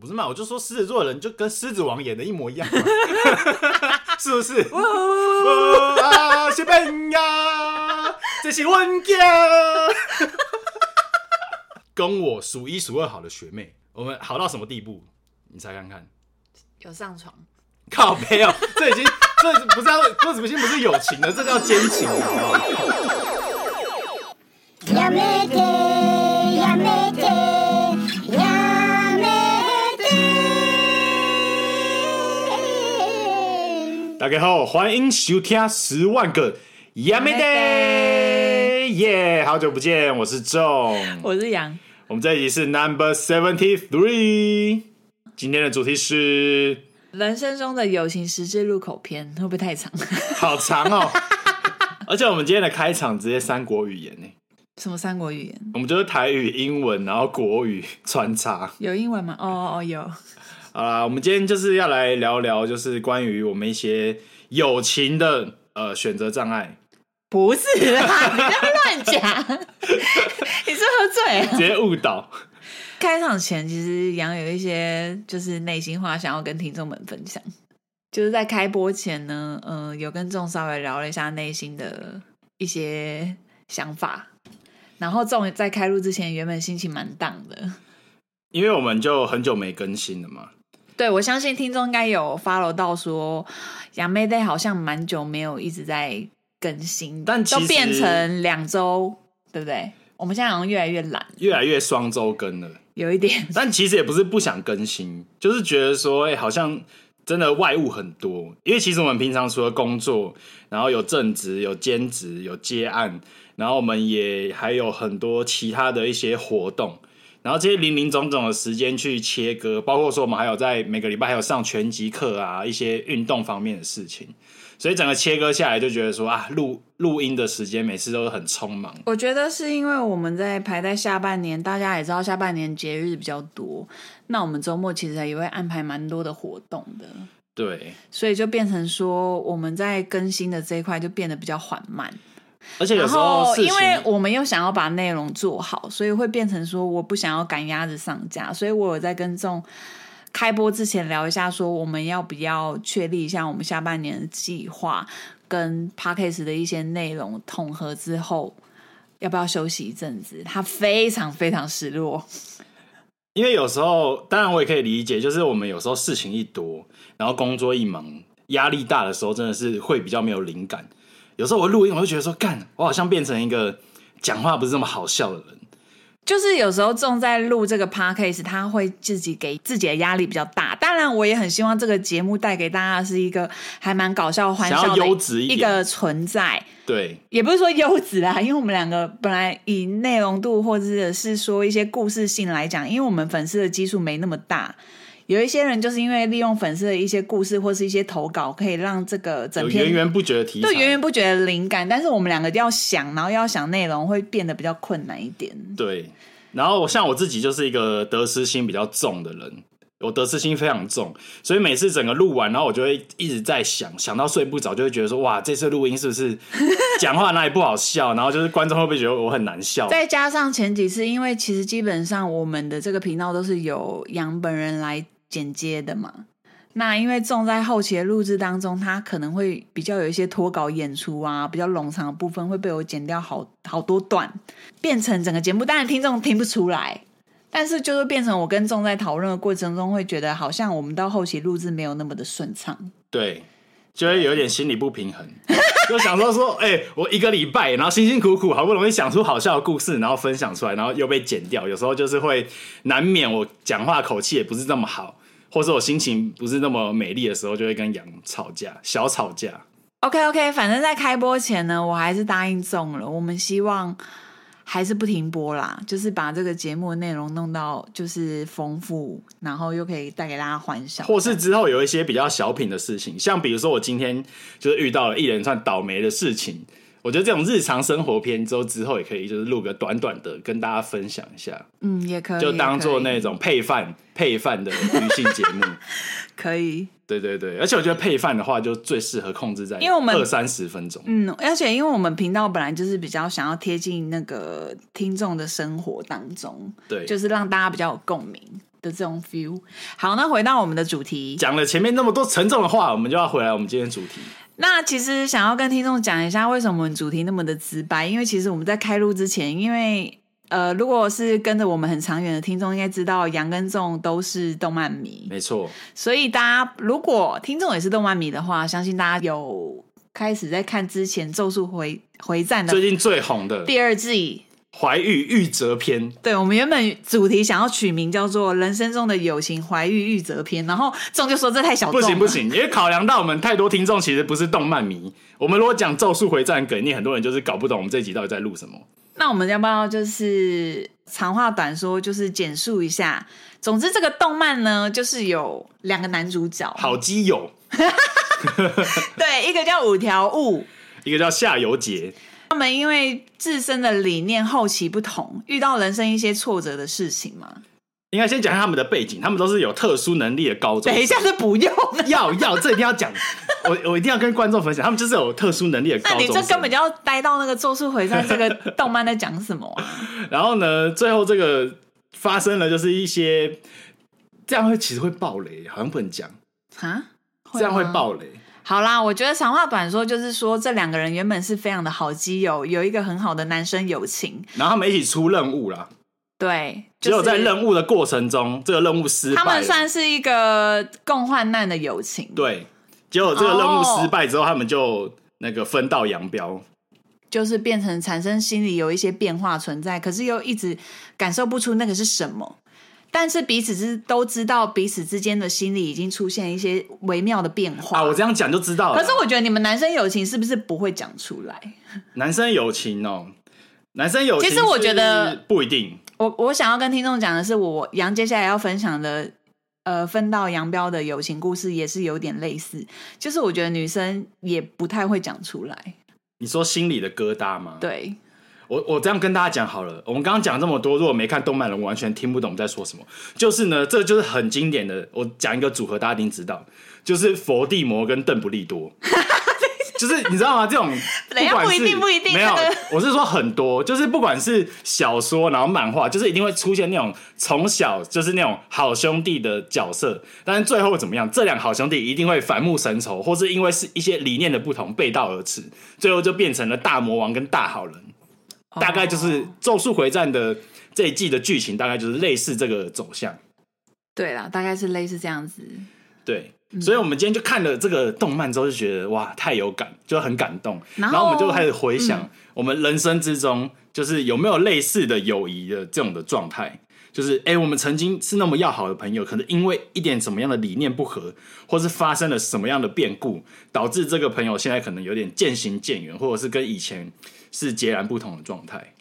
不是嘛？我就说狮子座的人就跟《狮子王》演的一模一样嘛， 是不是？哦啊，西班牙，这是温家， 跟我数一数二好的学妹，我们好到什么地步？你猜看看，有上床，靠背哦，这已经这不是这不是不是友情了，这叫奸情了，好不好？やめてやめてやめて大家好，欢迎收听《十万个 y a m 耶！好久不见，我是仲。我是羊，我们这一集是 Number Seventy Three，今天的主题是人生中的友情十字路口篇会不会太长？ 好长哦，而且我们今天的开场直接三国语言呢，欸什么三国语言？我们就是台语、英文，然后国语穿插。有英文吗？哦哦哦，有。好啦，我们今天就是要来聊聊，就是关于我们一些友情的呃选择障碍，不是啦， 你在乱 讲，你是喝醉了直。接误导。开场前，其实杨有一些就是内心话想要跟听众们分享。就是在开播前呢，嗯、有跟众稍微聊了一下内心的一些想法。然后众在开录之前，原本心情蛮荡的。因为我们就很久没更新了嘛，对我相信听众应该有 follow 到说，杨妹妹好像蛮久没有一直在更新，但其都实变成两周，对不对？我们现在好像越来越懒，越来越双周更了。有一点。但其实也不是不想更新，就是觉得说，哎、好像真的外务很多。因为其实我们平常除了工作，然后有正职、有兼职、有接案，然后我们也还有很多其他的一些活动。然后这些零零总总的时间去切割，包括说我们还有在每个礼拜还有上拳击课啊，一些运动方面的事情，所以整个切割下来就觉得说啊，录录音的时间每次都很匆忙，我觉得是因为我们在排在下半年，大家也知道下半年节日比较多，那我们周末其实也会安排蛮多的活动的，对，所以就变成说我们在更新的这一块就变得比较缓慢。而且有然时候后，事因情为我们又想要把内容做好，所以会变成说我不想要赶鸭子上架，所以我有在跟这种开播之前聊一下，说我们要不要确立一下我们下半年的计划，跟 p a c k a g e 的一些内容统合之后。要不要休息一阵子？他非常非常失落，因为有时候，当然我也可以理解，就是我们有时候事情一多，然后工作一忙，压力大的时候，真的是会比较没有灵感。有时候我录音，我就觉得说，干，我好像变成一个讲话不是那么好笑的人。就是有时候重在录这个 p a c k a g e 他会自己给自己的压力比较大。当然，我也很希望这个节目带给大家是一个还蛮搞笑、欢想笑要的优质一一点个存在。对，也不是说优质啦，因为我们两个本来以内容度或者是说一些故事性来讲，因为我们粉丝的基数没那么大，有一些人就是因为利用粉丝的一些故事或是一些投稿，可以让这个整有篇源源不绝的题材对。源源不绝的灵感，但是我们两个要想，然后要想内容会变得比较困难一点。对，然后像我自己就是一个得失心比较重的人，我得失心非常重，所以每次整个录完，然后我就会一直在想，想到睡不着，就会觉得说，哇，这次录音是不是讲话哪里不好笑？然后就是观众会不会觉得我很难 笑？再加上前几次，因为其实基本上我们的这个频道都是由杨本人来剪接的嘛。那因为重在后期的录制当中，他可能会比较有一些脱稿演出啊，比较冗长的部分会被我剪掉好好多段，变成整个节目。当然听众听不出来，但是就是变成我跟重在讨论的过程中，会觉得好像我们到后期录制没有那么的顺畅。对，就会有点心理不平衡，就想说说，哎、我一个礼拜，然后辛辛苦苦，好不容易想出好笑的故事，然后分享出来，然后又被剪掉，有时候就是会难免我讲话口气也不是那么好， 或者我心情不是那么美丽的时候，就会跟杨吵架，小吵架。 OK OK，反正在开播前呢，我还是答应中了。我们希望还是不停播啦，就是把这个节目的内容弄到就是丰富，然后又可以带给大家欢笑。或是之后有一些比较小品的事情，像比如说我今天就是遇到了一连串倒霉的事情，我觉得这种日常生活片之后之后也可以就是录个短短的跟大家分享一下。嗯，也可以，就当做也那种配饭配饭的女性节目。可以可以。对对对，而且我觉得配饭的话，就最适合控制在因为我们二三十分钟。嗯，而且因为我们频道本来就是比较想要贴近那个听众的生活当中，对，就是让大家比较有共鸣。的这种 feel。好，那回到我们的主题，讲了前面那么多沉重的话，我们就要回来我们今天的主题。那其实想要跟听众讲一下，为什么我们主题那么的直白？因为其实我们在开录之前，因为呃，如果是跟着我们很长远的听众，应该知道杨跟仲都是动漫迷，没错，所以大家如果听众也是动漫迷的话，相信大家有开始在看之前《咒术回回战》最的近最红的《第二季。怀玉玉折篇》，对我们原本主题想要取名叫做《人生中的友情怀玉玉则篇》，然后仲就说这太小不众了，行不行，因为考量到我们太多听众其实不是动漫迷，我们如果讲《咒术回战》梗，一定很多人就是搞不懂我们这一集到底在录什么。那我们要不要就是长话短说，就是简述一下？总之，这个动漫呢，就是有两个男主角，好基友，对，一个叫五条悟，一个叫夏油杰，他们因为自身的理念后期不同，遇到人生一些挫折的事情嘛。应该先讲一下他们的背景，他们都是有特殊能力的高中生。等一下是 不用的，要要，这一定要讲，我我一定要跟观众分享，他们就是有特殊能力的高那中你生。这根本就要待到那个《咒术回战》这个动漫在讲什么 啊？然后呢，最后这个发生了，就是一些这样会其实会爆雷，好像不能讲，啊这样会吗爆雷。好啦，我觉得长话短说，就是说这两个人原本是非常的好基友，有一个很好的男生友情，然后他们一起出任务啦，对，只就有是、在任务的过程中，这个任务失败了，他们算是一个共患难的友情。，对。结果这个任务哦失败之后，他们就那个分道扬镳。就是变成产生心里有一些变化存在，可是又一直感受不出那个是什么。但是彼此之都知道彼此之间的心理已经出现一些微妙的变化。啊，我这样讲就知道了。可是我觉得你们男生友情是不是不会讲出来？男生友情哦，男生友情其实我是觉得不一定，我我想要跟听众讲的是，我我杨接下来要分享的，呃，分道扬镳的友情故事也是有点类似，就是我觉得女生也不太会讲出来。你说心里的疙瘩吗？对，我我这样跟大家讲好了，我们刚刚讲这么多，如果没看动漫的人，完全听不懂在说什么。就是呢，这就是很经典的，我讲一个组合，大家一定知道，就是佛地魔跟邓布利 多。就是你知道吗？这种等一下管是啊不一定不一定没有那个，我是说很多，就是不管是小说，然后漫画，就是一定会出现那种从小就是那种好兄弟的角色，但是最后怎么样？这两好兄弟一定会反目成仇，或是因为是一些理念的不同背道而驰，最后就变成了大魔王跟大好人。大概就是《哦咒术回战》的这一季的剧情，大概就是类似这个走向。对啦，大概是类似这样子。对，嗯所以我们今天就看了这个动漫之后，就觉得哇，太有感，就很感动。然然后嗯后我们就开始回想，我们人生之中就是有没有类似的友谊的这种的状态。就是哎、诶我们曾经是那么要好的朋友，可能因为一点什么样的理念不合，或是发生了什么样的变故，导致这个朋友现在可能有点渐行渐远，或者是跟以前是截然不同的状态。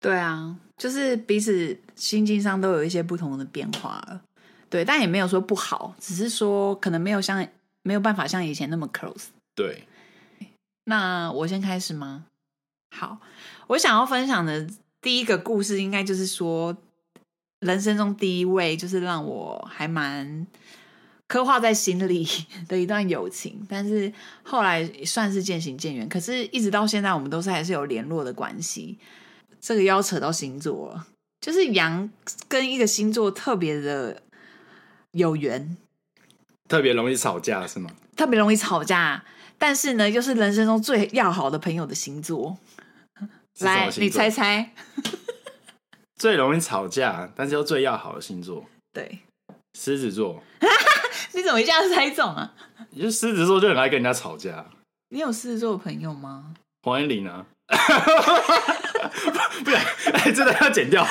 对啊，就是彼此心境上都有一些不同的变化了。对，但也没有说不好，只是说可能没有像没有办法像以前那么 close。对，那我先开始吗？好，我想要分享的第一个故事，应该就是说人生中第一位，就是让我还蛮刻画在心里 的一段友情，但是后来算是渐行渐远。可是，一直到现在，我们都是还是有联络的关系。这个又要扯到星座了，就是羊跟一个星座特别的有缘，特别容易吵架是吗？特别容易吵架，但是呢，又是人生中最要好的朋友的星座。是什来么，星你座猜猜，最容易吵架，但是又最要好的星座，对，狮子座。你怎么一下子猜中啊？就狮子座就很爱跟人家吵架。你有狮子座的朋友吗？黄彦霖啊， 不然、哎，真的要剪掉，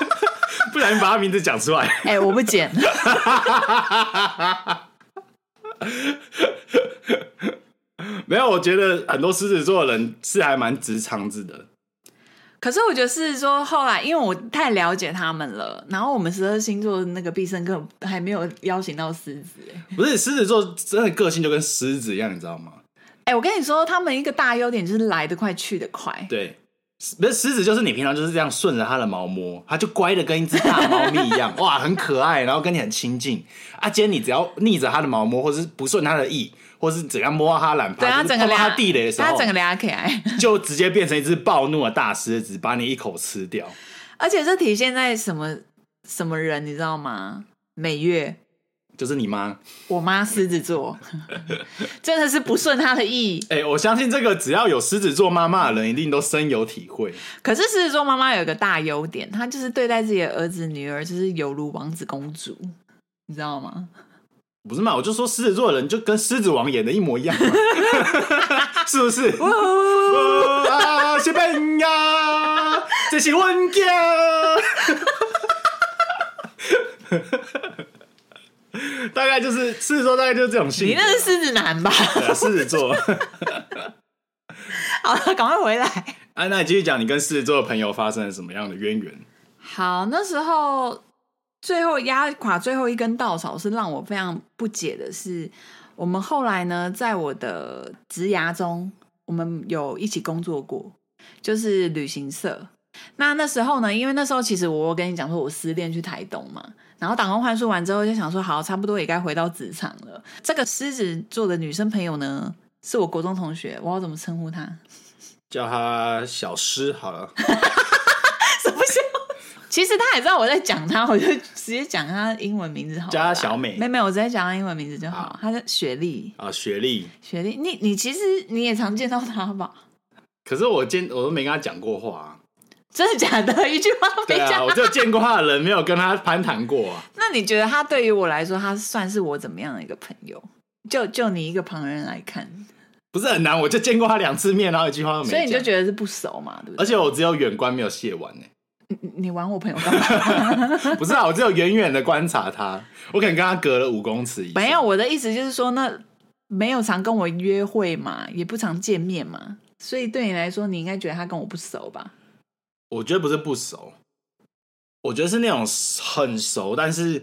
不然把他名字讲出来。 哎、我不剪。没有，我觉得很多狮子座的人是还蛮直肠子的。可是我觉得狮子座后来，因为我太了解他们了，然后我们十二星座的那个必胜客还没有邀请到狮子、哎不是狮子座真的个性就跟狮子一样，你知道吗？哎、我跟你说，他们一个大优点就是来得快，去得快。对，不是狮子就是你平常就是这样顺着它的毛摸，它就乖的跟一只大猫咪一 样，哇，很可爱，然后跟你很亲近。啊，今天你只要逆着它的毛摸，或是不顺它的意，或是怎样摸到它懒趴，对他啊就是整个碰到俩它地雷的时候，他整个俩可 爱，就直接变成一只暴怒的大狮子，把你一口吃掉。而且这体现在什么什么人，你知道吗？每月。就是你妈。我妈狮子座， 真的是不顺她的意。哎、我相信这个只要有狮子座妈妈的人，一定都深有体会。可是狮子座妈妈有一个大优点，她就是对待自己的儿子女儿就是犹如王子公主，你知道吗？不是嘛？我就说狮子座的人就跟《狮子王》演的一模一样嘛， 是不是？哦啊，西班牙，这是温家。 大概就是狮子座，大概就是这种性你格。那是狮子男吧？对啊狮子座。 好了，赶快回来。啊，那你继续讲你跟狮子座的朋友发生了什么样的渊源？好，那时候最后压垮最后一根稻草是让我非常不解的是，我们后来呢，在我的职涯中，我们有一起工作过，就是旅行社。那那时候呢，因为那时候其实我有跟你讲说，我失恋去台东嘛，然后打工换宿完之后，就想说好，差不多也该回到职场了。这个狮子座的女生朋友呢，是我国中同学，我要怎么称呼她？叫他小狮好了。什么笑？其实他也知道我在讲他，我就直接讲他英文名字好了啦。叫他小美没有没有，我直接讲他英文名字就好好。他叫雪莉，啊，学历。雪莉，你你其实你也常见到他吧？ 可是我见我都没跟他讲过话、啊，真的假的？一句话没对啊，讲。我只有见过他的人，没有跟他攀谈过啊。那你觉得他对于我来说，他算是我怎么样的一个朋友？就就你一个旁人来看，不是很难，我就见过他两次面，然后一句话都没所以你就得，觉得是不熟嘛，对不而对？且我只有远观没有卸完呢、你你玩我朋友 干嘛？不是啊，我只有远远的观察他，我可能跟他隔了五公尺以上。没有，我的意思就是说，那没有常跟我约会嘛，也不常见面嘛，所以对你来说，你应该觉得他跟我不熟吧？我觉得不是不熟，我觉得是那种很熟，但是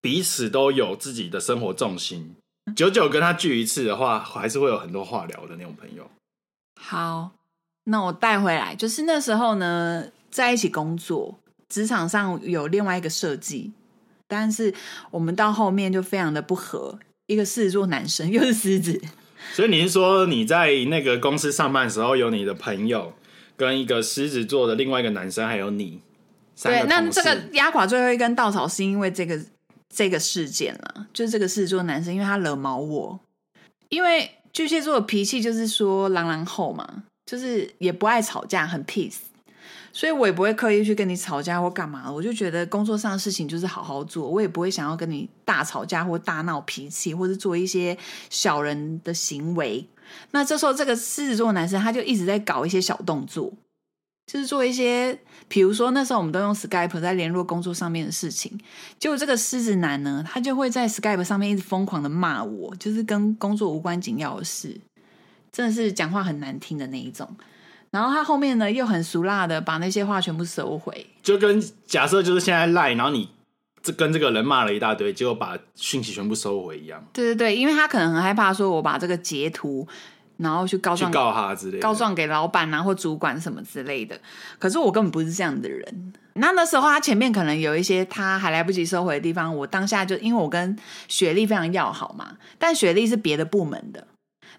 彼此都有自己的生活重心。久久跟他聚一次的话，还是会有很多话聊的那种朋友。好，那我带回来，就是那时候呢，在一起工作，职场上有另外一个设计，但是我们到后面就非常的不合。一个狮子座男生， 又是狮子，所以你是说你在那个公司上班的时候，有你的朋友跟一个狮子座的另外一个男生，还有你三对，个那同这个事压垮最后一根稻草是因为这个这个事件啦，就是这个狮子座男生，因为他惹毛我，因为巨蟹座的脾气就是说狼狼后嘛，就是也不爱吵架，很 peace，所以我也不会刻意去跟你吵架或干嘛，我就觉得工作上的事情就是好好做，我也不会想要跟你大吵架或大闹脾气，或是做一些小人的行为。那这时候，这个狮子座男生他就一直在搞一些小动作，就是做一些，比如说那时候我们都用 Skype 在联络工作上面的事情，结果这个狮子男呢，他就会在 Skype 上面一直疯狂的骂我，就是跟工作无关紧要的事，真的是讲话很难听的那一种。然后他后面呢又很俗辣的把那些话全部收回，就跟假设就是现在赖，然后你这跟这个人骂了一大堆，结果把讯息全部收回一样，对对对，因为他可能很害怕说我把这个截图，然后去告去状告他之类的。告状给老板啊或主管什么之类的。可是我根本不是这样的人。那那时候他前面可能有一些他还来不及收回的地方，我当下就因为我跟雪莉非常要好嘛，但雪莉是别的部门的，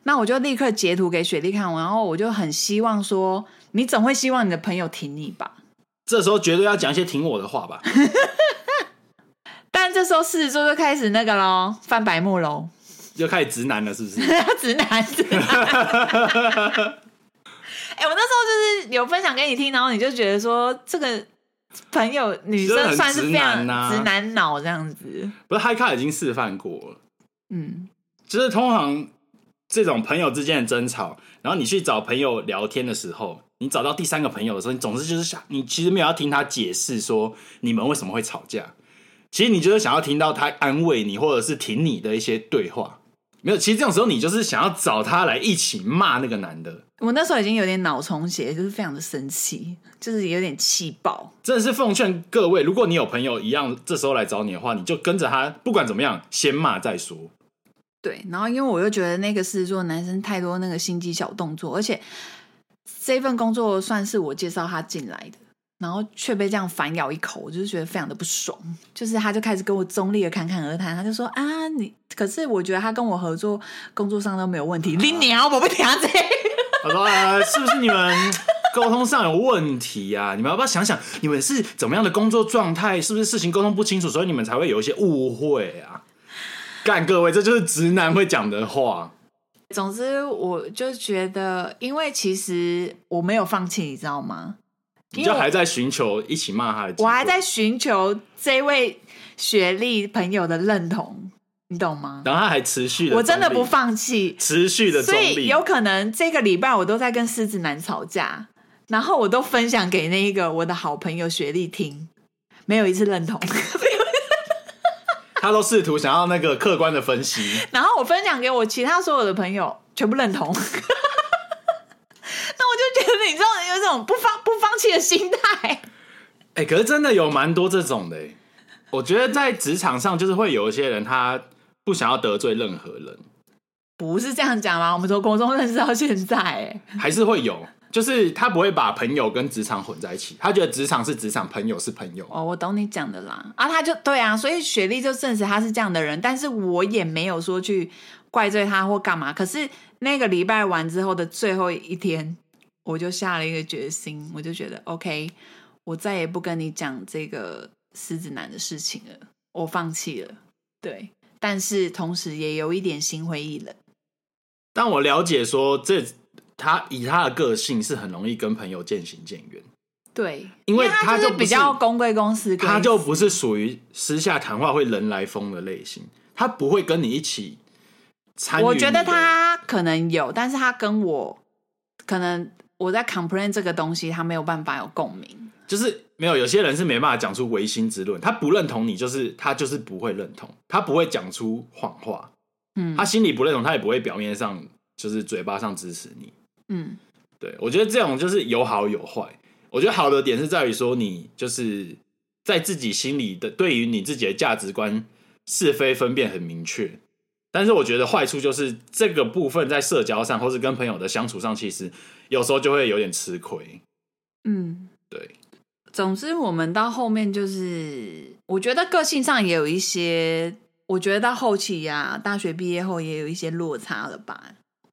那我就立刻截图给雪莉看，然后我就很希望说，你总会希望你的朋友挺你吧。这时候绝对要讲一些挺我的话吧？ 但这时候狮子座就开始那个喽，翻白目喽，又开始直男了，是不是？直男直男。 哎、我那时候就是有分享给你听，然后你就觉得说这个朋友女真的生很算是非常直男啊直男脑这样子。不是，嗨咖已经示范过了，嗯，就是通常这种朋友之间的争吵，然后你去找朋友聊天的时候，你找到第三个朋友的时候，你总是就是想，你其实没有要听他解释说你们为什么会吵架，其实你就是想要听到他安慰你，或者是挺你的一些对话。没有，其实这种时候你就是想要找他来一起骂那个男的，我那时候已经有点脑充血，就是非常的生气，就是有点气爆。真的是奉劝各位，如果你有朋友一样这时候来找你的话，你就跟着他，不管怎么样，先骂再说。对，然后因为我又觉得那个狮子座男生太多那个心机小动作，而且这份工作算是我介绍他进来的，然后却被这样反咬一口，我就是觉得非常的不爽。就是他就开始跟我中立的侃侃而谈，他就说啊，你可是我觉得他跟我合作工作上都没有问题，你鸟我不听这。他说：“呃，是不是你们？”沟通上有问题啊！你们要不要想想，你们是怎么样的工作状态？是不是事情沟通不清楚，所以你们才会有一些误会啊？干各位，这就是直男会讲的话。总之，我就觉得，因为其实我没有放弃，你知道吗？你因就为还在寻求一起骂他的机我会，还在寻求这位学历朋友的认同，你懂吗？然后他还持续的，我真的不，放弃，持续的中所以立，有可能这个礼拜我都在跟狮子男吵架，然后我都分享给那一个我的好朋友学历听，没有一次 认同。他都试图想要那个客观的分析。然后我分享给我其他所有的朋友，全部认同。 那我就觉得，你知道，有一种不放不放弃的心态。哎、可是真的有蛮多这种的、欸。我觉得在职场上，就是会有一些人他不想要得罪任何人，不是这样讲吗？我们从国中认识到现在、哎， 还是会有，就是他不会把朋友跟职场混在一起，他觉得职场是职场，朋友是朋友。哦，我懂你讲的啦。啊，他就对啊，所以雪莉就证实他是这样的人，但是我也没有说去怪罪他或干嘛。可是那个礼拜完之后的最后一天，我就下了一个决心，我就觉得 OK，我再也不跟你讲这个狮子男的事情了，我放弃了。对，但是同时也有一点心灰意冷。但我了解说，这他以他的个性是很容易跟朋友渐行渐远，对，因为他就就不比较公归公私归私，他就不是属于私下谈话会人来疯的类型，他不会跟你一起参与。我觉得，他可能有，但是他跟我可能我在 complain 这个东西，他没有办法有共鸣。就是没有有些人是没办法讲出唯心之论，他不认同你，就是他就是不会认同，他不会讲出谎话，嗯他心里不认同，他也不会表面上就是嘴巴上支持你。嗯，对，我觉得这种就是有好有坏。我觉得好的点是在于说，你就是在自己心里的对于你自己的价值观是非分辨很明确。但是我觉得坏处就是这个部分在社交上，或是跟朋友的相处上，其实有时候就会有点吃亏。嗯，对，总之我们到后面就是，我觉得个性上也有一些，我觉得到后期呀、大学毕业后也有一些落差了吧？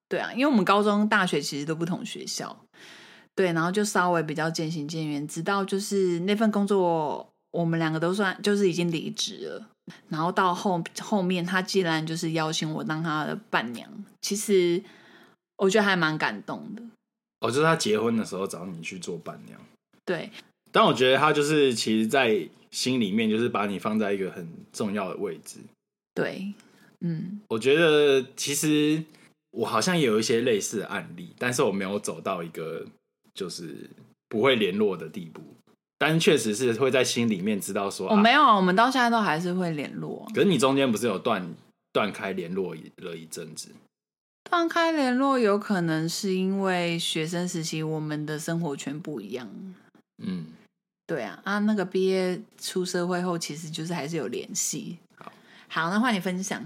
对啊，因为我们高中、大学其实都不同学校，对，然后就稍微比较渐行渐远，直到就是那份工作，我们两个都算就是已经离职了。然后到后后面，他既然就是邀请我当他的伴娘，其实我觉得还蛮感动的。哦，就是他结婚的时候找你去做伴娘，对，但我觉得他就是其实，在心里面就是把你放在一个很重要的位置。对，嗯，我觉得其实我好像也有一些类似的案例，但是我没有走到一个就是不会联络的地步，但确实是会在心里面知道说，我、没啊、有啊，我们到现在都还是会联络。可是你中间不是有断断开联络了一阵子，断开联络有可能是因为学生时期我们的生活圈不一样，嗯，对啊，啊，那个毕业出社会后，其实就是还是有联系。好，好，那换你分享，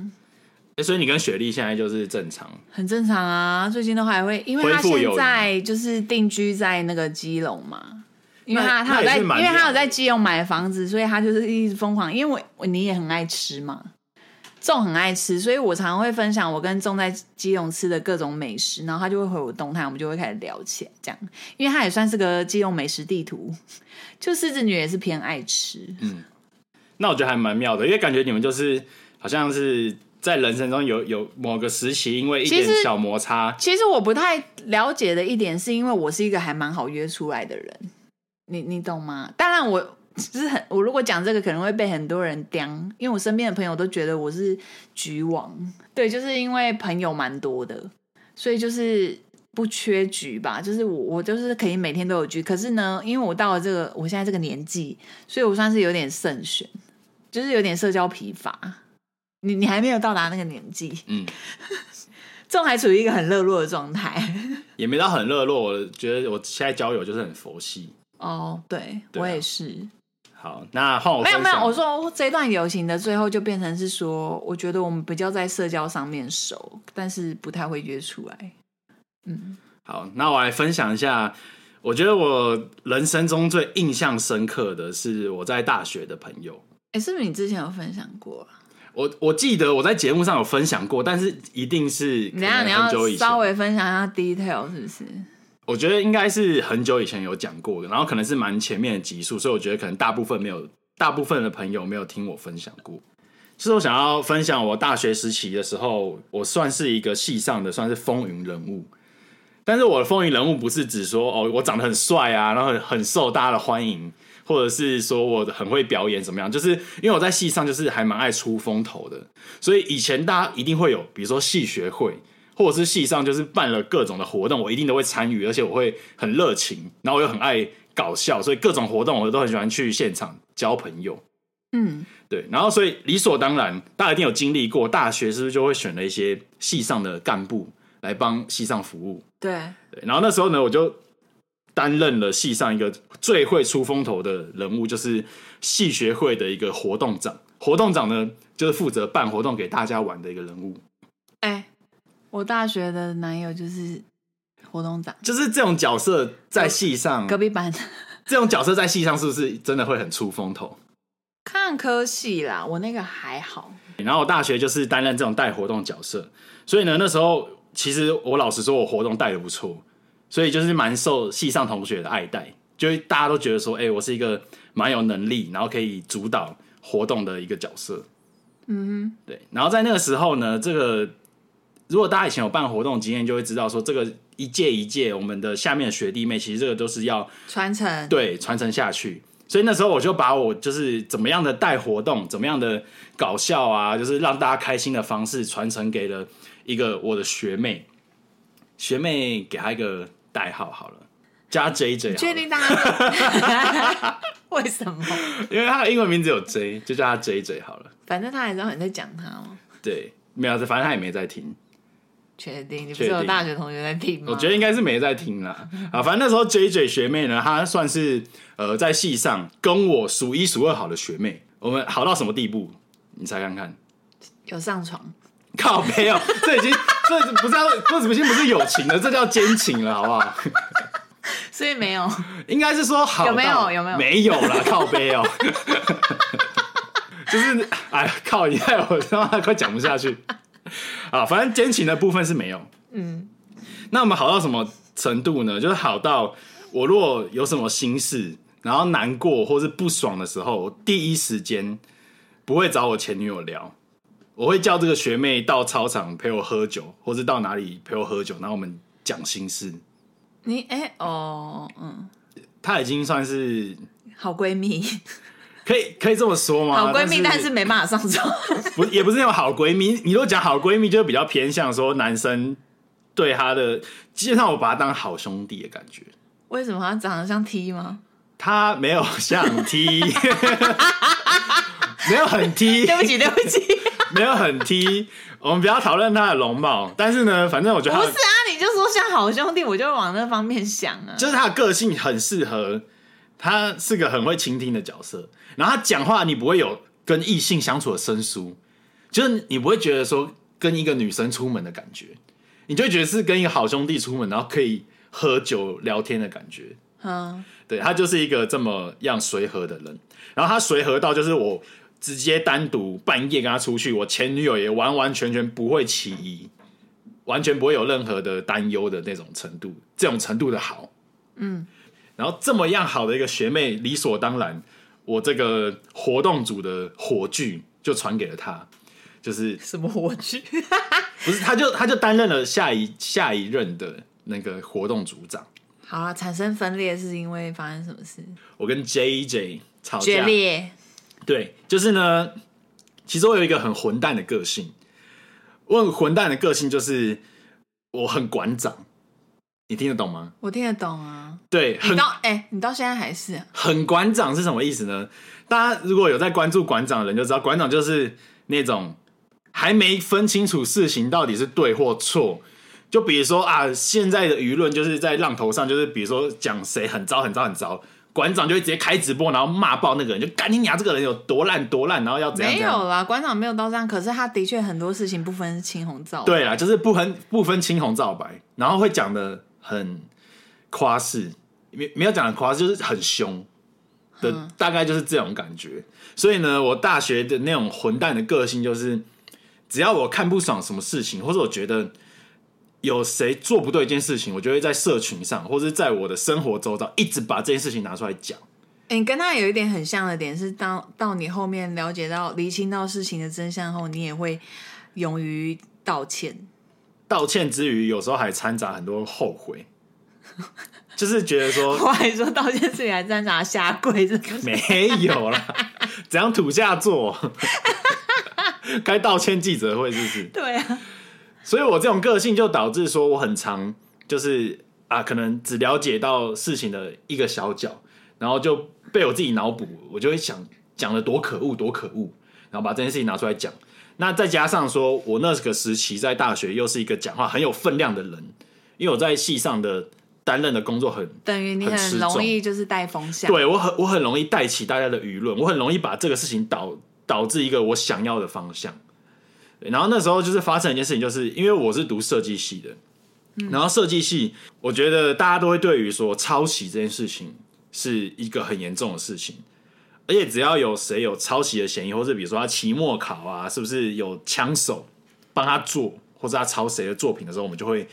诶所以你跟雪莉现在就是正常，很正常啊。最近都还会，因为他恢复现友谊在就是定居在那个基隆嘛，因为他那他那有也在，是因蛮为他妙有的在基隆买房子，所以他就是一直疯狂。因为我我你也很爱吃嘛，仲很爱吃，所以我常常会分享我跟仲在基隆吃的各种美食，然后他就会回我动态，我们就会开始聊起来这样。因为他也算是个基隆美食地图，就狮子女也是偏爱吃，嗯那我觉得还蛮妙的，因为感觉你们就是好像是在人生中有有某个时期，因为一点其实小摩擦，其实我不太了解的一点，是因为我是一个还蛮好约出来的人，你你懂吗？当然我。就是很，我如果讲这个可能会被很多人刁，因为我身边的朋友都觉得我是局王，对，就是因为朋友蛮多的，所以就是不缺局吧，就是我我就是可以每天都有局。可是呢，因为我到了这个我现在这个年纪，所以我算是有点慎选，就是有点社交疲乏。你你还没有到达那个年纪，嗯，这种还处于一个很热络的状态。也没到很热络。我觉得我现在交友就是很佛系。哦，对对啊我也是，好，那换我没有分没有，享我说这段友情的最后就变成是说，我觉得我们比较在社交上面熟，但是不太会约出来。嗯，好，那我来分享一下，我觉得我人生中最印象深刻的是我在大学的朋友。哎，是不是你之前有分享过啊？我我记得我在节目上有分享过，但是一定是可等一下能你很久要以前稍。微分享一下 detail 是不是？我觉得应该是很久以前有讲过的，然后可能是蛮前面的集数，所以我觉得可能大部分没有，大部分的朋友没有听我分享过。就是我想要分享我大学时期的时候，我算是一个系上的算是风云人物，但是我的风云人物不是指说哦我长得很帅啊，然后很很受大家的欢迎，或者是说我很会表演怎么样，就是因为我在系上就是还蛮爱出风头的，所以以前大家一定会有，比如说系学会，或者是系上就是办了各种的活动，我一定都会参与，而且我会很热情，然后我又很爱搞笑，所以各种活动我都很喜欢去现场交朋友。嗯，对，然后所以理所当然，大家一定有经历过，大学是不是就会选了一些系上的干部来帮系上服务？对，对，然后那时候呢，我就担任了系上一个最会出风头的人物，就是系学会的一个活动长。活动长呢，就是负责办活动给大家玩的一个人物。哎、我大学的男友就是活动长，就是这种角色在戏 上， 隔壁班，这种角色在戏上是不是真的会很出风头？看科系啦，我那个还好，然后我大学就是担任这种带活动角色，所以呢，那时候其实我老实说，我活动带的不错，所以就是蛮受系上同学的爱戴，就是大家都觉得说，哎、我是一个蛮有能力，然后可以主导活动的一个角色。嗯对，然后在那个时候呢，这个如果大家以前有办活动经验，就会知道说，这个一届一届我们的下面的学弟妹，其实这个都是要哼，传承，对，传承下去。所以那时候我就把我就是怎么样的带活动，怎么样的搞笑啊，就是让大家开心的方式传承给了一个我的学妹，学妹给她一个代号好了，加 J J，你确定大家 为什么？因为她的英文名字有 J，就叫她 J J 好了。反正他还知道你在讲他哦。对，没有，反正她也没在听，确定？你不确是有定大学同学在听吗？我觉得应该是没在听啦。嗯啊，反正那时候 J J 学妹呢，她算是呃在系上跟我数一数二好的学妹，我们好到什么地步？你猜看看。有上床，靠没有，这已经这不叫这已经不是友情了，这叫奸情了，好不好？所以 没有。应该是说好到有没有有没有没有 啦，靠背哦、就是哎呀靠，你害我他妈快讲不下去啊！反正奸情的部分是没有。嗯，那我们好到什么程度呢？就是好到我如果有什么心事，然后难过或是不爽的时候，我第一时间不会找我前女友聊，我会叫这个学妹到操场陪我喝酒，或是到哪里陪我喝酒，然后我们讲心事。你哎、哦，嗯，她已经算是好闺蜜，可以可以这么说吗？好闺蜜，但但是没办法上床。 不也不是那种好闺蜜。你如果讲好闺蜜，就比较偏向说男生对她的，基本上我把她当好兄弟的感觉。为什么她长得像 T 吗？他没有想踢， 没有很踢，对不起，对不 起，不没有很踢。我们不要讨论他的容貌，但是呢，反正我觉得他是啊，你就说像好兄弟，我就往那方面想啊。就是他的个性很适合，他是个很会倾听的角色。然后他讲话，你不会有跟异性相处的生疏，就是你不会觉得说跟一个女生出门的感觉，你就会觉得是跟一个好兄弟出门，然后可以喝酒聊天的感觉。嗯，对他就是一个这么样随和的人。然后他随和到就是我直接单独半夜跟他出去，我前女友也完完全全不会起疑，完全不会有任何的担忧的那种程度，这种程度的好。嗯，然后这么样好的一个学妹，理所当然，我这个活动组的火炬就传给了她。就是什么火炬？不是，他就他就担任了下一下一任的那个活动组长。 好啊，产生分裂是因为发生什么事？我跟 J J 吵架，决裂。对，就是呢，其实我有一个很混蛋的个性，我很混蛋的个性就是我很馆长，你听得懂吗？我听得懂啊，对，你很到哎、你到现在还是啊、很馆长是什么意思呢？大家如果有在关注馆长的人就知道，馆长就是那种还没分清楚事情到底是对或错。就比如说啊，现在的舆论就是在浪头上，就是比如说讲谁很糟很糟很糟，馆长就会直接开直播，然后骂爆那个人，就赶紧讲这个人有多烂多烂，然后要怎样没怎样。有啦，馆长没有到这样，可是他的确很多事情不分青红皂白。对啦，就是不分不分青红皂白，然后会讲的很夸饰，没没有讲的夸饰，就是很凶的，大概就是这种感觉。所以呢，我大学的那种混蛋的个性，就是只要我看不爽什么事情，或者我觉得有谁做不对一件事情，我就会在社群上，或是在我的生活周遭，一直把这件事情拿出来讲。你跟他有一点很像的点是当，到到你后面了解到、厘清到事情的真相后，你也会勇于道歉。 道歉之余，有时候还掺杂很多后悔，就是觉得说我还说道歉自己还在拿下跪，是不是 没有啦，怎样土下座？ 开道歉记者会是不是？ 对啊，所以我这种个性就导致说，我很常就是啊，可能只了解到事情的一个小角，然后就被我自己脑补，我就会想讲的多可恶，多可恶，然后把这件事情拿出来讲。那再加上说我那个时期在大学又是一个讲话很有分量的人，因为我在系上的担任的工作很等于你很失很容重易就是带风向。对我很我很容易带起大家的舆论，我很容易把这个事情导导致一个我想要的方向。对然后那时候就是发生一件事情，就是因为我是读设计系的，然后设计系我觉得大家都会对于说抄袭这件事情是一个很严重的事情。而且只要有谁有抄袭的嫌疑，或是比如说他期末考啊，是不是有枪手帮他做，或者他抄谁的作品的时候，我们就会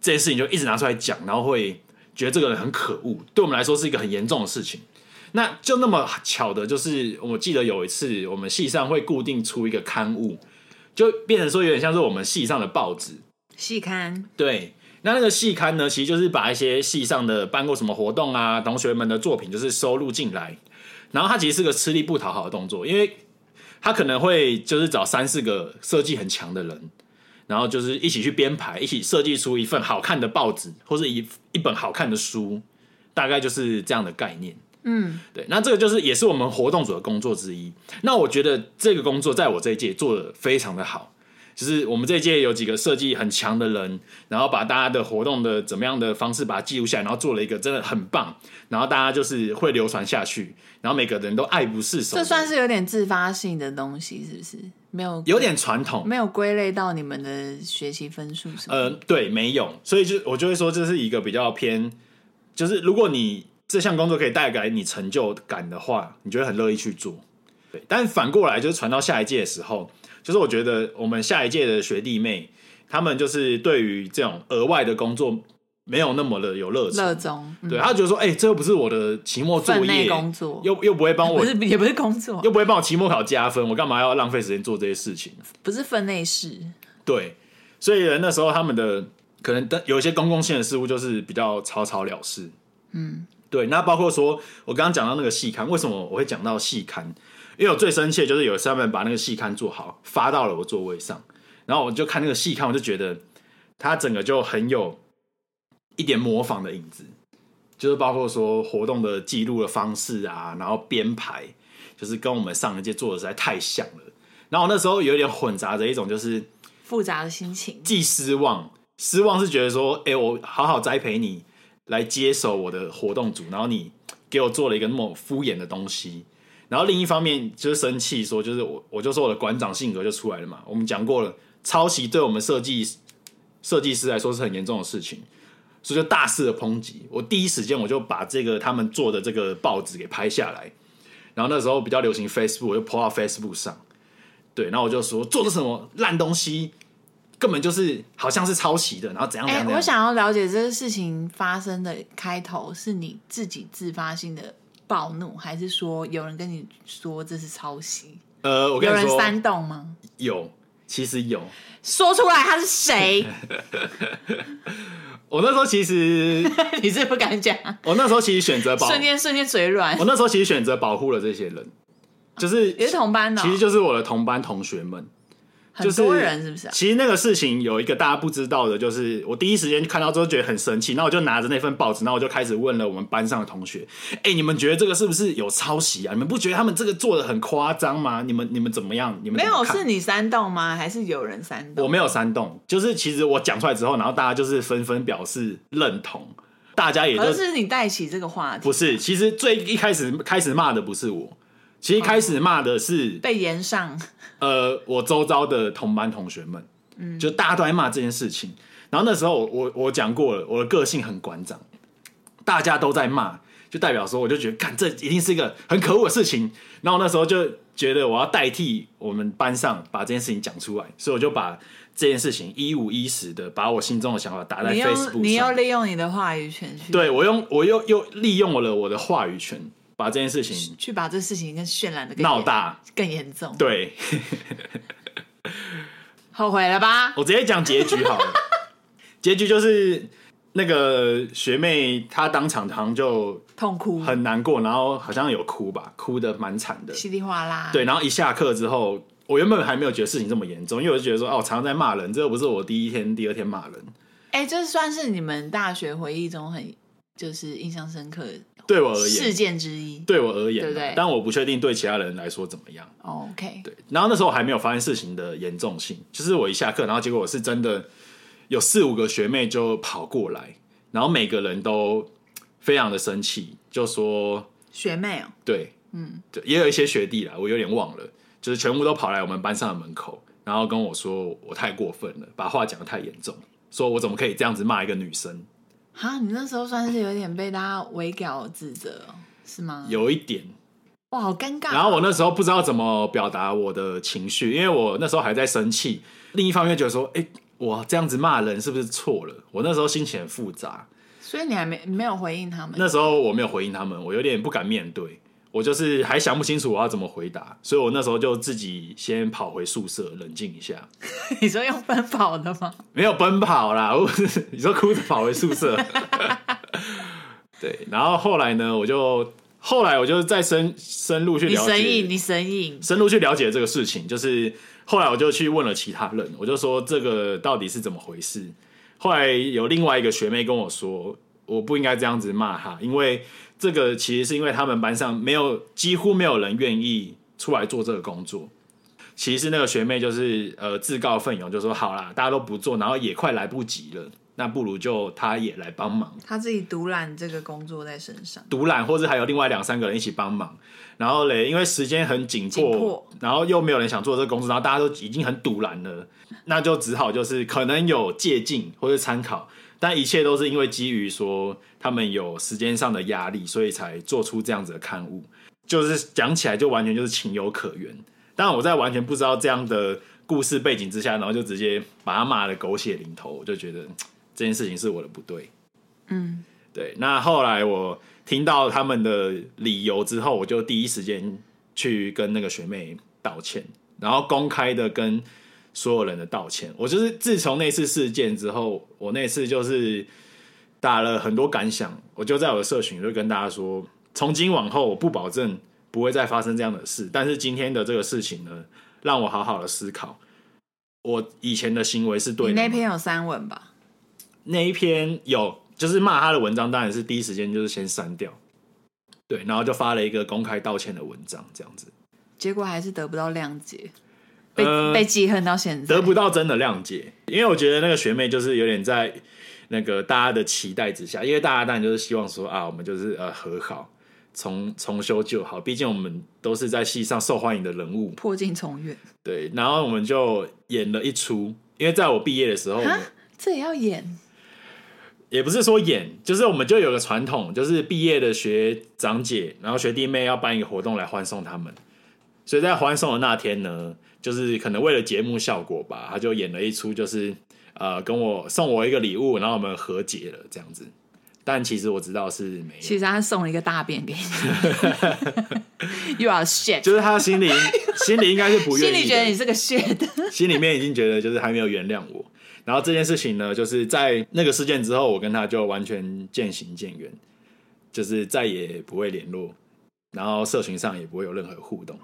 这件事情就一直拿出来讲，然后会觉得这个人很可恶，对我们来说是一个很严重的事情。那就那么巧的，就是我记得有一次，我们系上会固定出一个刊物，就变成说有点像是我们系上的报纸，细看，对，那那个戏刊呢，其实就是把一些系上的办过什么活动啊，同学们的作品就是收录进来。然后它其实是个吃力不讨好的动作，因为他可能会就是找三四个设计很强的人，然后就是一起去编排，一起设计出一份好看的报纸或是一一本好看的书，大概就是这样的概念。嗯，对，那这个就是也是我们活动组的工作之一。那我觉得这个工作在我这一届做的非常的好，就是我们这一届有几个设计很强的人，然后把大家的活动的怎么样的方式把它记录下来，然后做了一个真的很棒，然后大家就是会流传下去，然后每个人都爱不释手的。这算是有点自发性的东西，是不是？没有，有点传统，没有归类到你们的学习分数什么的？呃，对，没有，所以就我就会说这是一个比较偏，就是如果你这项工作可以带给你成就感的话，你就会很乐意去做。对，但反过来就是传到下一届的时候，就是我觉得我们下一届的学弟妹，他们就是对于这种额外的工作没有那么的有热情，热衷，嗯对他觉得说，哎、这又不是我的期末作分内业，工作，又又不会帮我不，是也不是工作，又不会帮我期末考加分，我干嘛要浪费时间做这些事情？不是分内事。对，所以那时候他们的可能的有一些公共性的事物就是比较草草了事。嗯，对。那包括说我刚刚讲到那个细刊，为什么我会讲到细刊？因为我最生气的就是有一次他们把那个细刊做好发到了我座位上，然后我就看那个细刊，我就觉得它整个就很有一点模仿的影子，就是包括说活动的记录的方式啊，然后编排，就是跟我们上一届做的实在太像了。然后我那时候有一点混杂着一种就是复杂的心情，既失望，失望是觉得说，哎、我好好栽培你来接手我的活动组，然后你给我做了一个那么敷衍的东西。然后另一方面就是生气，说就是我我就说我的馆长性格就出来了嘛。我们讲过了，抄袭对我们设计设计师来说是很严重的事情，所以就大肆的抨击。我第一时间我就把这个他们做的这个报纸给拍下来，然后那时候比较流行 Facebook，我就 po 到 Facebook 上。对，然后我就说做的什么烂东西，根本就是好像是抄袭的，然后怎样怎哎、样怎我样。想要了解这个事情发生的开头是你自己自发性的暴怒，还是说有人跟你说这是抄袭？呃，我跟有你人说，煽动吗？有，其实有。说出来他是谁？我那时候其实， 你是不敢讲，我那时候其实选择保，瞬间瞬间嘴软我。那时候其实选择保护了这些人，就是也是同班的哦、其实就是我的同班同学们。就很是多人是不是、啊？其实那个事情有一个大家不知道的，就是我第一时间看到之后觉得很生气，那我就拿着那份报纸，那我就开始问了我们班上的同学：“哎、你们觉得这个是不是有抄袭啊？你们不觉得他们这个做的很夸张吗？你们你们怎么样？你们没怎么有，看是你煽动吗？还是有人煽动？我没有煽动，就是其实我讲出来之后，然后大家就是纷纷表示认同，大家也就而是你带起这个话题，不是。其实最一开始开始骂的不是我，其实一开始骂的是被延上，呃，我周遭的同班同学们，嗯，就大家都在骂这件事情。然后那时候我我我讲过了，我的个性很馆长，大家都在骂，就代表说，我就觉得，看这一定是一个很可恶的事情。然后那时候就觉得我要代替我们班上把这件事情讲出来，所以我就把这件事情一五一十的把我心中的想法打在你 Facebook 上。用你要利用你的话语权去对我用我又又利用了我的话语权，把这件事情去把这事情跟渲染的闹大。更严重，对后悔了吧？我直接讲结局好了，结局就是那个学妹她当场好像就痛哭，很难过，然后好像有哭吧，哭的蛮惨的。稀里哗啦。对，然后一下课之后，我原本还没有觉得事情这么严重，因为我就觉得说，哦，我常常在骂人，这又不是我第一天、第二天骂人。哎、这算是你们大学回忆中很就是印象深刻的对我而事言，件之一。对我而言啊，对不对但我不确定对其他人来说怎么样。哦 OK，对，然后那时候我还没有发现事情的严重性，就是我一下课，然后结果我是真的有四五个学妹就跑过来，然后每个人都非常的生气，就说学妹哦，对，嗯，对也有一些学弟啦，我有点忘了，就是全部都跑来我们班上的门口，然后跟我说我太过分了，把话讲的太严重，说我怎么可以这样子骂一个女生，哈，你那时候算是有点被大家围剿指责哦，是吗？有一点。哇，好尴尬 哦。然后我那时候不知道怎么表达我的情绪，因为我那时候还在生气，另一方面觉得说，哎、我这样子骂人是不是错了？我那时候心情很复杂，所以你还没没有回应他们？那时候我没有回应他们，我有点不敢面对，我就是还想不清楚我要怎么回答，所以我那时候就自己先跑回宿舍冷静一下， 你说用奔跑的吗？没有奔跑啦， 我你说哭着跑回宿舍。 对，然后后来呢，我就后来我就再深深入去你了解，神隐，你神隐，深入去了解这个事情，就是后来我就去问了其他人，我就说这个到底是怎么回事。后来有另外一个学妹跟我说，我不应该这样子骂她，因为这个其实是因为他们班上没有几乎没有人愿意出来做这个工作。其实那个学妹就是呃自告奋勇，就说好啦，大家都不做，然后也快来不及了，那不如就她也来帮忙。他自己独揽这个工作在身上。独揽，或者还有另外两三个人一起帮忙。然后嘞，因为时间很紧迫，紧迫然后又没有人想做这个工作，然后大家都已经很堵然了，那就只好就是可能有借鉴或者参考，但一切都是因为基于说他们有时间上的压力，所以才做出这样子的刊物。就是讲起来就完全就是情有可原，当然我在完全不知道这样的故事背景之下，然后就直接把他骂的狗血淋头，我就觉得嗯这件事情是我的不对。嗯，对，那后来我听到他们的理由之后，我就第一时间去跟那个学妹道歉，然后公开的跟所有人的道歉。我就是自从那次事件之后，我那次就是打了很多感想，我就在我的社群就跟大家说，从今往后我不保证不会再发生这样的事，但是今天的这个事情呢，让我好好的思考，我以前的行为是对你的那吗篇有三文吧？那一篇有就是骂他的文章，当然是第一时间就是先删掉，对，然后就发了一个公开道歉的文章，这样子结果还是得不到谅解，被、呃被记恨到现在。得不到真的谅解，因为我觉得那个学妹就是有点在那个大家的期待之下，因为大家当然就是希望说啊，我们就是呃和好，重重修旧好，毕竟我们都是在戏上受欢迎的人物，破镜重圆，对，然后我们就演了一出，因为在我毕业的时候，我们哈这也要演？也不是说演，就是我们就有个传统，就是毕业的学长姐，然后学弟妹要办一个活动来欢送他们。所以在欢送的那天呢，就是可能为了节目效果吧，他就演了一出，就是呃，跟我送我一个礼物，然后我们和解了这样子。但其实我知道是没有，其实他送了一个大便给 你，You are shit，就是他心里心里应该是不愿心意的，里觉得你是个 shit。心里面已经觉得就是还没有原谅我。然后这件事情呢，就是在那个事件之后，我跟他就完全渐行渐远，就是再也不会联络，然后社群上也不会有任何互动，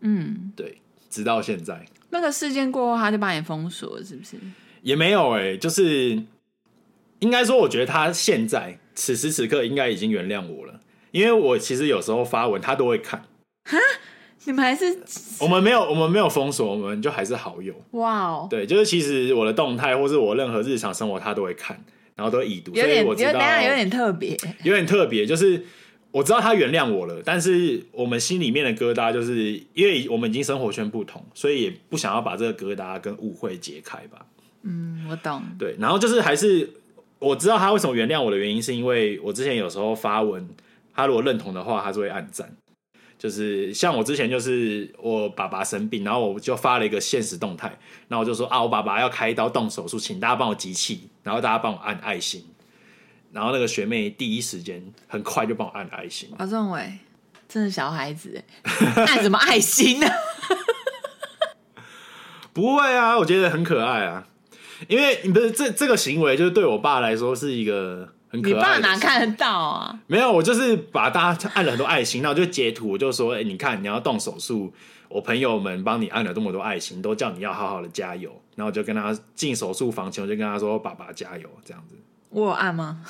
嗯，对，直到现在那个事件过后，他就把你封锁了，是不是？也没有哎、就是应该说，我觉得他现在此时此刻应该已经原谅我了，因为我其实有时候发文他都会看，你们还是我们没有我们没有封锁，我们就还是好友，哇哦，对，就是其实我的动态或是我任何日常生活他都会看。然后都会已读，有所以点我有知道等一下有点特别。有点特别，就是我知道他原谅我了，但是我们心里面的疙瘩，就是因为我们已经生活圈不同，所以也不想要把这个疙瘩跟误会解开吧。嗯，我懂。对，然后就是还是我知道他为什么原谅我的原因，是因为我之前有时候发文他如果认同的话，他就会按赞。就是像我之前就是我爸爸生病，然后我就发了一个现实动态，然后我就说啊，我爸爸要开刀动手术，请大家帮我集气，然后大家帮我按爱心。然后那个学妹第一时间很快就帮我按爱心，王仲伟真是小孩子欸，爱什么爱心啊 呢、不会啊，我觉得很可爱啊，因为你不是这这个行为，就是对我爸来说是一个很可你爱的爸事哪看得到啊？没有，我就是把大家按了很多爱心，然后我就截图，我就说：“哎、你看你要动手术，我朋友们帮你按了这么多爱心，都叫你要好好的加油。”然后我就跟他进手术房前，我就跟他说：“爸爸加油。”这样子，我有按吗？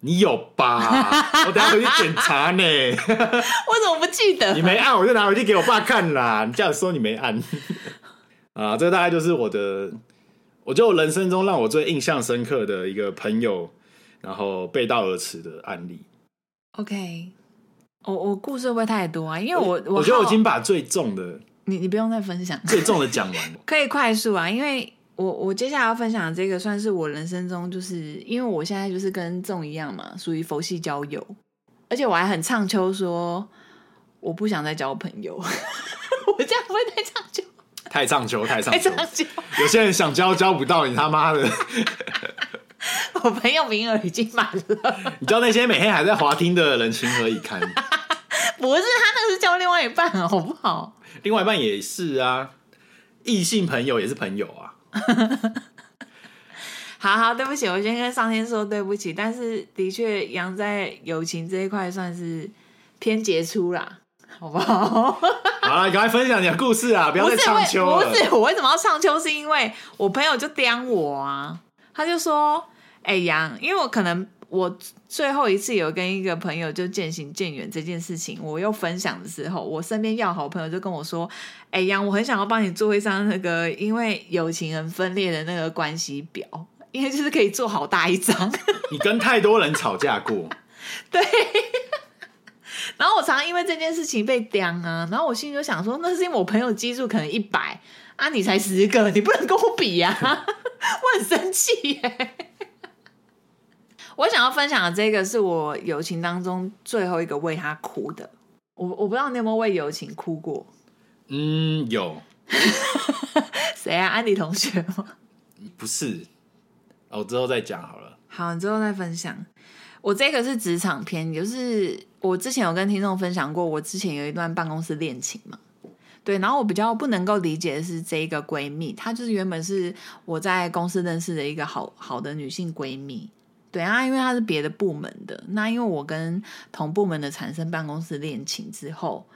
你有吧？我等下回去检查呢。我怎么不记 得？你没按，我就拿回去给我爸看啦。你这样说你没按 啊？这大概就是我的，我觉得我人生中让我最印象深刻的一个朋友，然后背道而驰的案例。 OK，我我故事会不会太多啊？因为我我觉得我已好经把最重的。你你不用再分享，最重的讲完了。可以快速啊，因为我我接下来要分享的这个算是我人生中，就是因为我现在就是跟众一样嘛，属于佛系交友，而且我还很唱秋说我不想再交朋友， 我这样不会太唱秋，太上球， 太上太球唱。秋，有些人想交交不到，你他妈 的！我朋友名额已经满了，你知道那些每天还在滑听的人情何以 堪？不是他那个是交另外一半啊，好不好？另外一半也是啊，异性朋友也是朋友啊。好好，对不起，我先跟上天说对不起。但是的确，杨在友情这一块算是偏杰出啦，好不好？好了，赶快分享你的故事啊！不要不再是唱秋我，了不。是我为什么要上秋？是因为我朋友就刁我啊，他就说：“哎、杨，因为我可能我最后一次有跟一个朋友就渐行渐远这件事情，我又分享的时候，我身边要好朋友就跟我说：‘哎、杨，我很想要帮你做一张那个因为友情很分裂的那个关系表，因为就是可以做好大一张。’你跟太多人吵架过，然后我常常因为这件事情被刁啊，然后我心里就想说，那是因为我朋友基数可能一百啊，你才十个，你不能跟我比呀、啊， 我很生气耶、我想要分享的这个是我友情当中最后一个为他哭的，我我不知道你有没有为友情哭过，嗯，有谁啊？安迪同学吗？不是？哦，之后再讲好了。好，你之后再分享。我这个是职场篇，就是我之前有跟听众分享过，我之前有一段办公室恋情嘛。对，然后我比较不能够理解的是这一个闺蜜，她就是原本是我在公司认识的一个好好的女性闺蜜。对啊，因为她是别的部门的，那因为我跟同部门的产生办公室恋情之后，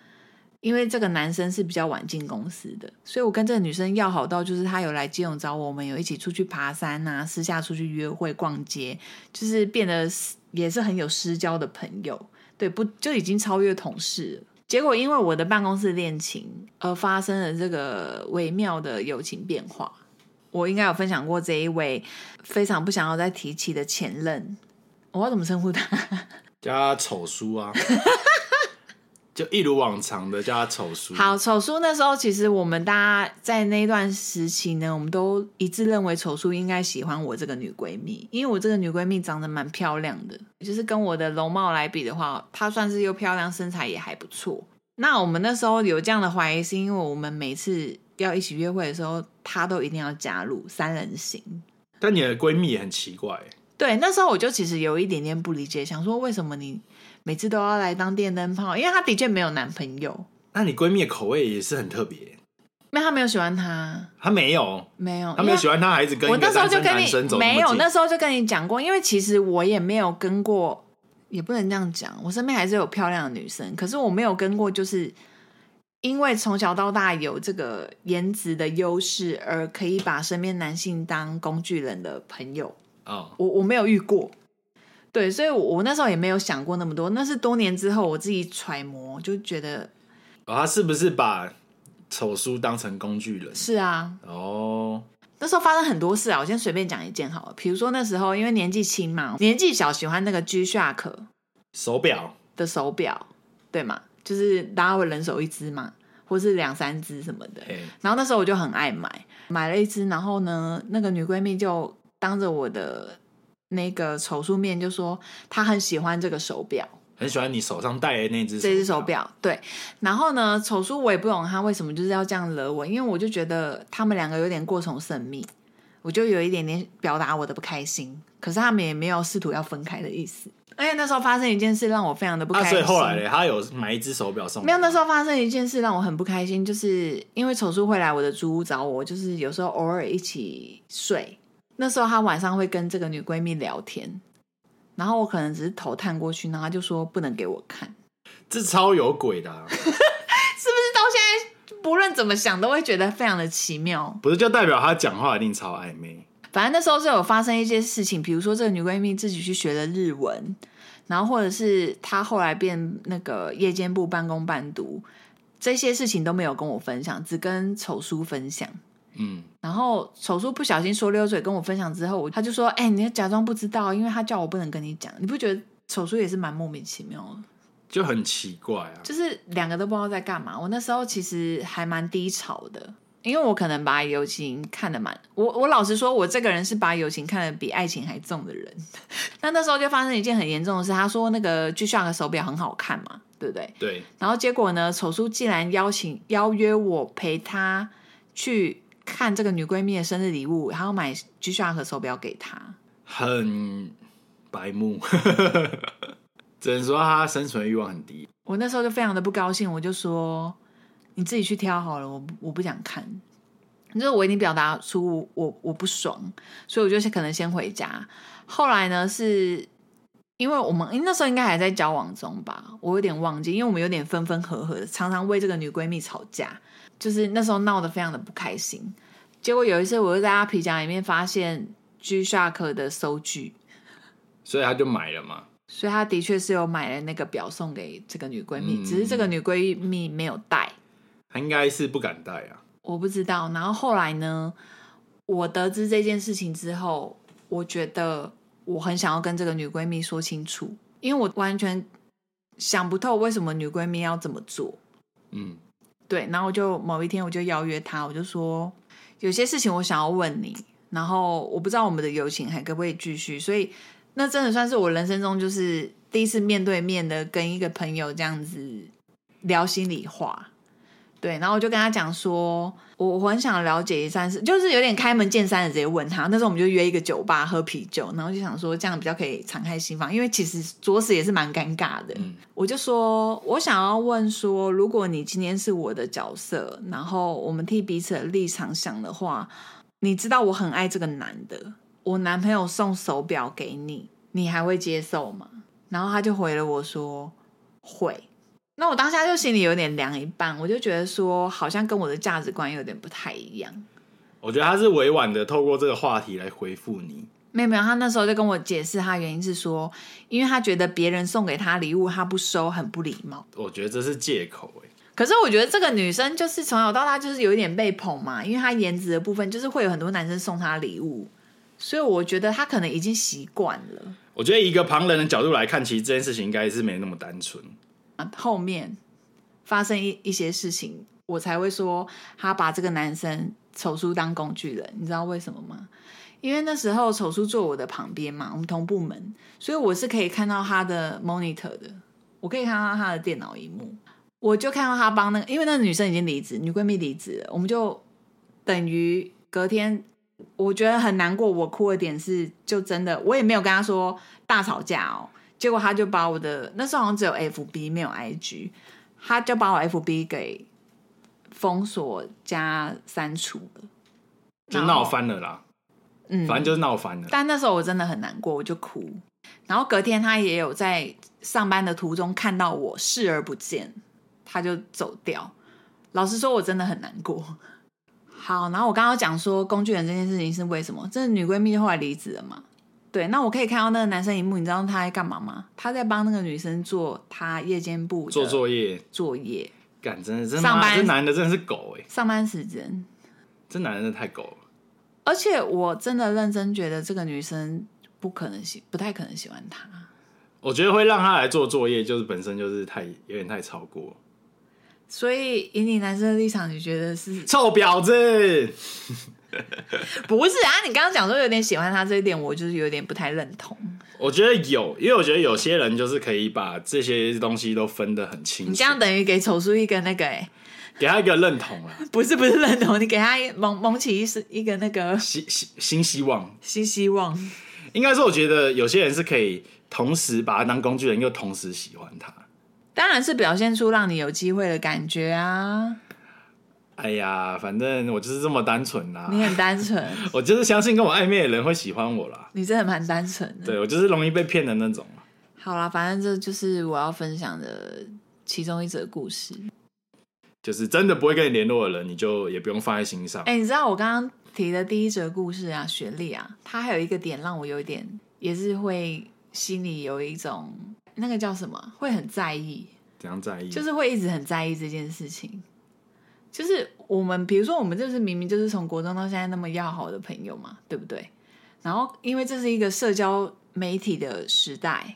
因为这个男生是比较晚进公司的，所以我跟这个女生要好到，就是她有来基隆找我，我们有一起出去爬山啊，私下出去约会、逛街，就是变得是也是很有私交的朋友。对，不就已经超越同事了。结果因为我的办公室恋情而发生了这个微妙的友情变化。我应该有分享过这一位非常不想要再提起的前任，我要怎么称呼他？叫他丑叔 啊，就一如往常的叫他丑叔。好，丑叔那时候其实我们大家在那段时期呢，我们都一致认为丑叔应该喜欢我这个女闺蜜，因为我这个女闺蜜长得蛮漂亮的，就是跟我的容貌来比的话，她算是又漂亮，身材也还不错。那我们那时候有这样的怀疑，是因为我们每次要一起约会的时候，她都一定要加入三人行。但你的闺蜜也很奇怪，对，那时候我就其实有一点点不理解，想说为什么你每次都要来当电灯泡？因为她的确没有男朋友，那你闺蜜的口味也是很特别。因为她没有喜欢他。她没有，没有，他哦因没为有喜欢他，还是跟一我个那时候单就身跟男生你走那么没有，近那时候就跟你讲过，因为其实我也没有跟过，也不能这样讲，我身边还是有漂亮的女生，可是我没有跟过，就是因为从小到大有这个颜值的优势，而可以把身边男性当工具人的朋友，哦，我我没有遇过。对，所以我，我那时候也没有想过那么多，那是多年之后我自己揣摩，就觉得哦他是不是把丑叔当成工具人？是啊，哦，那时候发生很多事啊，我先随便讲一件好了。比如说那时候因为年纪轻嘛，年纪小喜欢那个 G Shock 手表的手表，对嘛，就是大家会人手一只嘛，或是两三只什么的。嘿然后那时候我就很爱买，买了一只，然后呢，那个女闺蜜就当着我的那个丑书面就说她很喜欢这个手表，很喜欢你手上戴的那只这只手，表，对。然后呢，丑叔我也不懂他为什么就是要这样惹我，因为我就觉得他们两个有点过从甚密，我就有一点点表达我的不开心。可是他们也没有试图要分开的意思。而且那时候发生一件事让我非常的不啊，开心。所以后来嘞，他有买一只手表送你，没有，那时候发生一件事让我很不开心，就是因为丑叔会来我的租屋找我，就是有时候偶尔一起睡。那时候她晚上会跟这个女闺蜜聊天，然后我可能只是头探过去，然后她就说不能给我看，这超有鬼的啊、 是不是？到现在不论怎么想都会觉得非常的奇妙。不是就代表他讲话一定超暧昧，反正那时候是有发生一些事情，比如说这个女闺蜜自己去学了日文，然后或者是她后来变那个夜间部半工半读，这些事情都没有跟我分享，只跟丑叔分享。嗯，然后丑叔不小心说溜嘴跟我分享之后，我他就说：“哎、你要假装不知道，因为他叫我不能跟你讲。”你不觉得丑叔也是蛮莫名其妙的？就很奇怪啊。就是两个都不知道在干嘛。我那时候其实还蛮低潮的，因为我可能把友情看得蛮……我我老实说，我这个人是把友情看得比爱情还重的人。 那那时候就发生一件很严重的事，他说那个 G Shock 手表很好看嘛，对不对？对，然后结果呢，丑叔竟然邀请邀约我陪他去看这个女闺蜜的生日礼物，然后买 G Shock 手表给她。很白目， 只能说他生存欲望很低。我那时候就非常的不高兴，我就说你自己去挑好了，我不我不想看。就是我已经表达出我我不爽，所以我就是可能先回家。后来呢，是因为我们因为那时候应该还在交往中吧，我有点忘记，因为我们有点分分合合，常常为这个女闺蜜吵架，就是那时候闹得非常的不开心。结果有一次，我又在她皮夹里面发现 G Shock 的收据，所以他就买了嘛。所以她的确是有买了那个表送给这个女闺蜜，嗯只是这个女闺蜜没有带，他应该是不敢戴啊。我不知道。然后后来呢，我得知这件事情之后，我觉得我很想要跟这个女闺蜜说清楚，因为我完全想不透为什么女闺蜜要这么做。嗯，对，然后我就某一天我就邀约她，我就说有些事情我想要问你，然后我不知道我们的友情还可不可以继续，所以那真的算是我人生中就是第一次面对面的跟一个朋友这样子聊心里话。对，然后我就跟他讲说，我我很想了解一下是，就是有点开门见山的直接问他。那时候我们就约一个酒吧喝啤酒，然后就想说这样比较可以敞开心房，因为其实着实也是蛮尴尬的。嗯我就说，我想要问说，如果你今天是我的角色，然后我们替彼此的立场想的话，你知道我很爱这个男的，我男朋友送手表给你，你还会接受吗？然后他就回了我说会。那我当下就心里有点凉一半，我就觉得说好像跟我的价值观有点不太一样。我觉得他是委婉的透过这个话题来回复你。没有没有，他那时候就跟我解释，他原因是说，因为他觉得别人送给他礼物他不收，很不礼貌。我觉得这是借口哎、可是我觉得这个女生就是从小到大就是有一点被捧嘛，因为她颜值的部分就是会有很多男生送她礼物，所以我觉得她可能已经习惯了。我觉得以一个旁人的角度来看，其实这件事情应该是没那么单纯。啊后面发生一一些事情，我才会说她把这个男生丑叔当工具人，你知道为什么吗？因为那时候丑叔坐我的旁边嘛，我们同部门，所以我是可以看到他的 monitor 的，我可以看到他的电脑荧幕，我就看到他帮那个，因为那个女生已经离职，女闺蜜离职了，我们就等于隔天，我觉得很难过，我哭的点是，就真的我也没有跟他说大吵架哦，结果他就把我的那时候好像只有 FB 没有 IG，他就把我 FB 给封锁加删除了，就然后闹，翻了啦，嗯，反正就是闹翻了。但那时候我真的很难过，我就哭。然后隔天他也有在上班的途中看到我视而不见，他就走掉。老实说，我真的很难过。好，然后我刚刚讲说工具人这件事情是为什么？这女闺蜜后来离职了嘛？对，那我可以看到那个男生一幕，你知道他在干嘛吗？他在帮那个女生做他夜间部的做作业，作业，干真的真上妈班这男的真的是狗哎、上班时间。这男的真的太狗了。而且我真的认真觉得这个女生不可能喜，不太可能喜欢他。我觉得会让他来做作业，就是本身就是太有点太超过，所以以你男生的立场，你觉得是臭婊子。不是啊？你刚刚讲说有点喜欢他这一点，我就是有点不太认同。我觉得有，因为我觉得有些人就是可以把这些东西都分得很清楚，你这样等于给丑叔一个那个哎、给他一个认同啦，不是不是认同，你给他蒙蒙起一丝一个那个新新新希望。新希望。应该说，我觉得有些人是可以同时把他当工具人，又同时喜欢他。当然是表现出让你有机会的感觉啊！哎呀，反正我就是这么单纯啦，你很单纯，我就是相信跟我暧昧的人会喜欢我啦。你真的蛮单纯的。对我就是容易被骗的那种。好啦，反正这就是我要分享的其中一则故事。就是真的不会跟你联络的人，你就也不用放在心上。哎、你知道我刚刚提的第一则故事啊，学历啊，它还有一个点让我有一点也是会心里有一种那个叫什么，会很在意，怎样在意？就是会一直很在意这件事情。就是我们，比如说我们就是明明就是从国中到现在那么要好的朋友嘛，对不对？然后因为这是一个社交媒体的时代，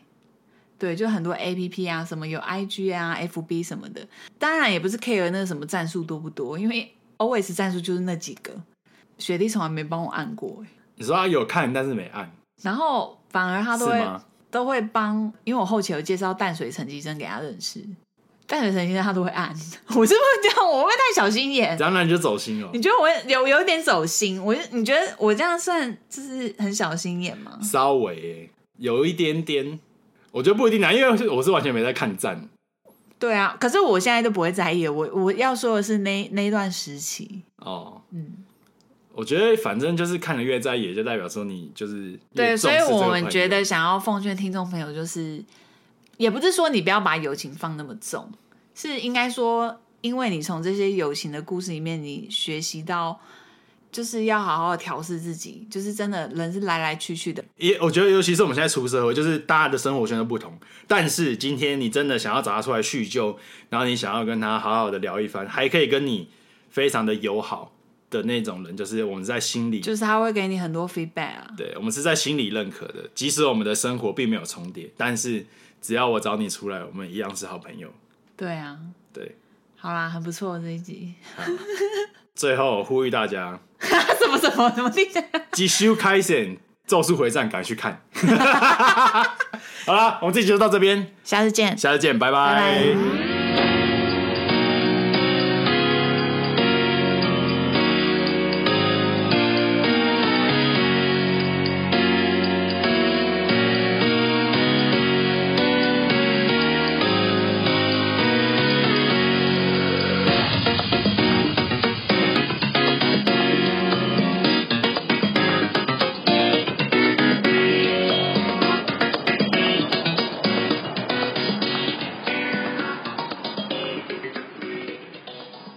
对，就很多 A P P 啊，什么有 I G 啊、F B 什么的。当然也不是 care 那个什么战术多不多，因为 always 战术就是那几个。雪莉从来没帮我按过、欸你说他啊有看，但是没按，然后反而他都是会吗都会帮，因为我后期有介绍淡水成绩针给他认识，淡水成绩针他都会按。 我是不是这样？我会不会太小心眼 这？样那你就走心哦了你。觉得我有有一点走心？我你觉得我这样算就是很小心眼吗？稍微耶有一点点，我觉得不一定啊，因为我是完全没在看站。对啊，可是我现在都不会在意了。我我要说的是那那一段时期，哦，嗯，我觉得反正就是看的越在意，也就代表说你就是越对，重所视以这个我朋友们觉得想要奉劝听众朋友，就是也不是说你不要把友情放那么重，是应该说，因为你从这些友情的故事里面，你学习到就是要好好调试自己，就是真的人是来来去去的，也我觉得，尤其是我们现在出社会，就是大家的生活圈都不同。但是今天你真的想要找他出来叙旧，然后你想要跟他好好的聊一番，还可以跟你非常的友好的那种人，就是我们在心里，就是他会给你很多 feedback 啊。对我们是在心里认可的。即使我们的生活并没有重叠，但是只要我找你出来，我们一样是好朋友。对啊，对，好啦，很不错这一集，最后呼吁大家， 什么什么什么地方？继续开线《咒术回战》，赶去看。 好啦，我们这集就到这边， 下次见。下次见，拜拜拜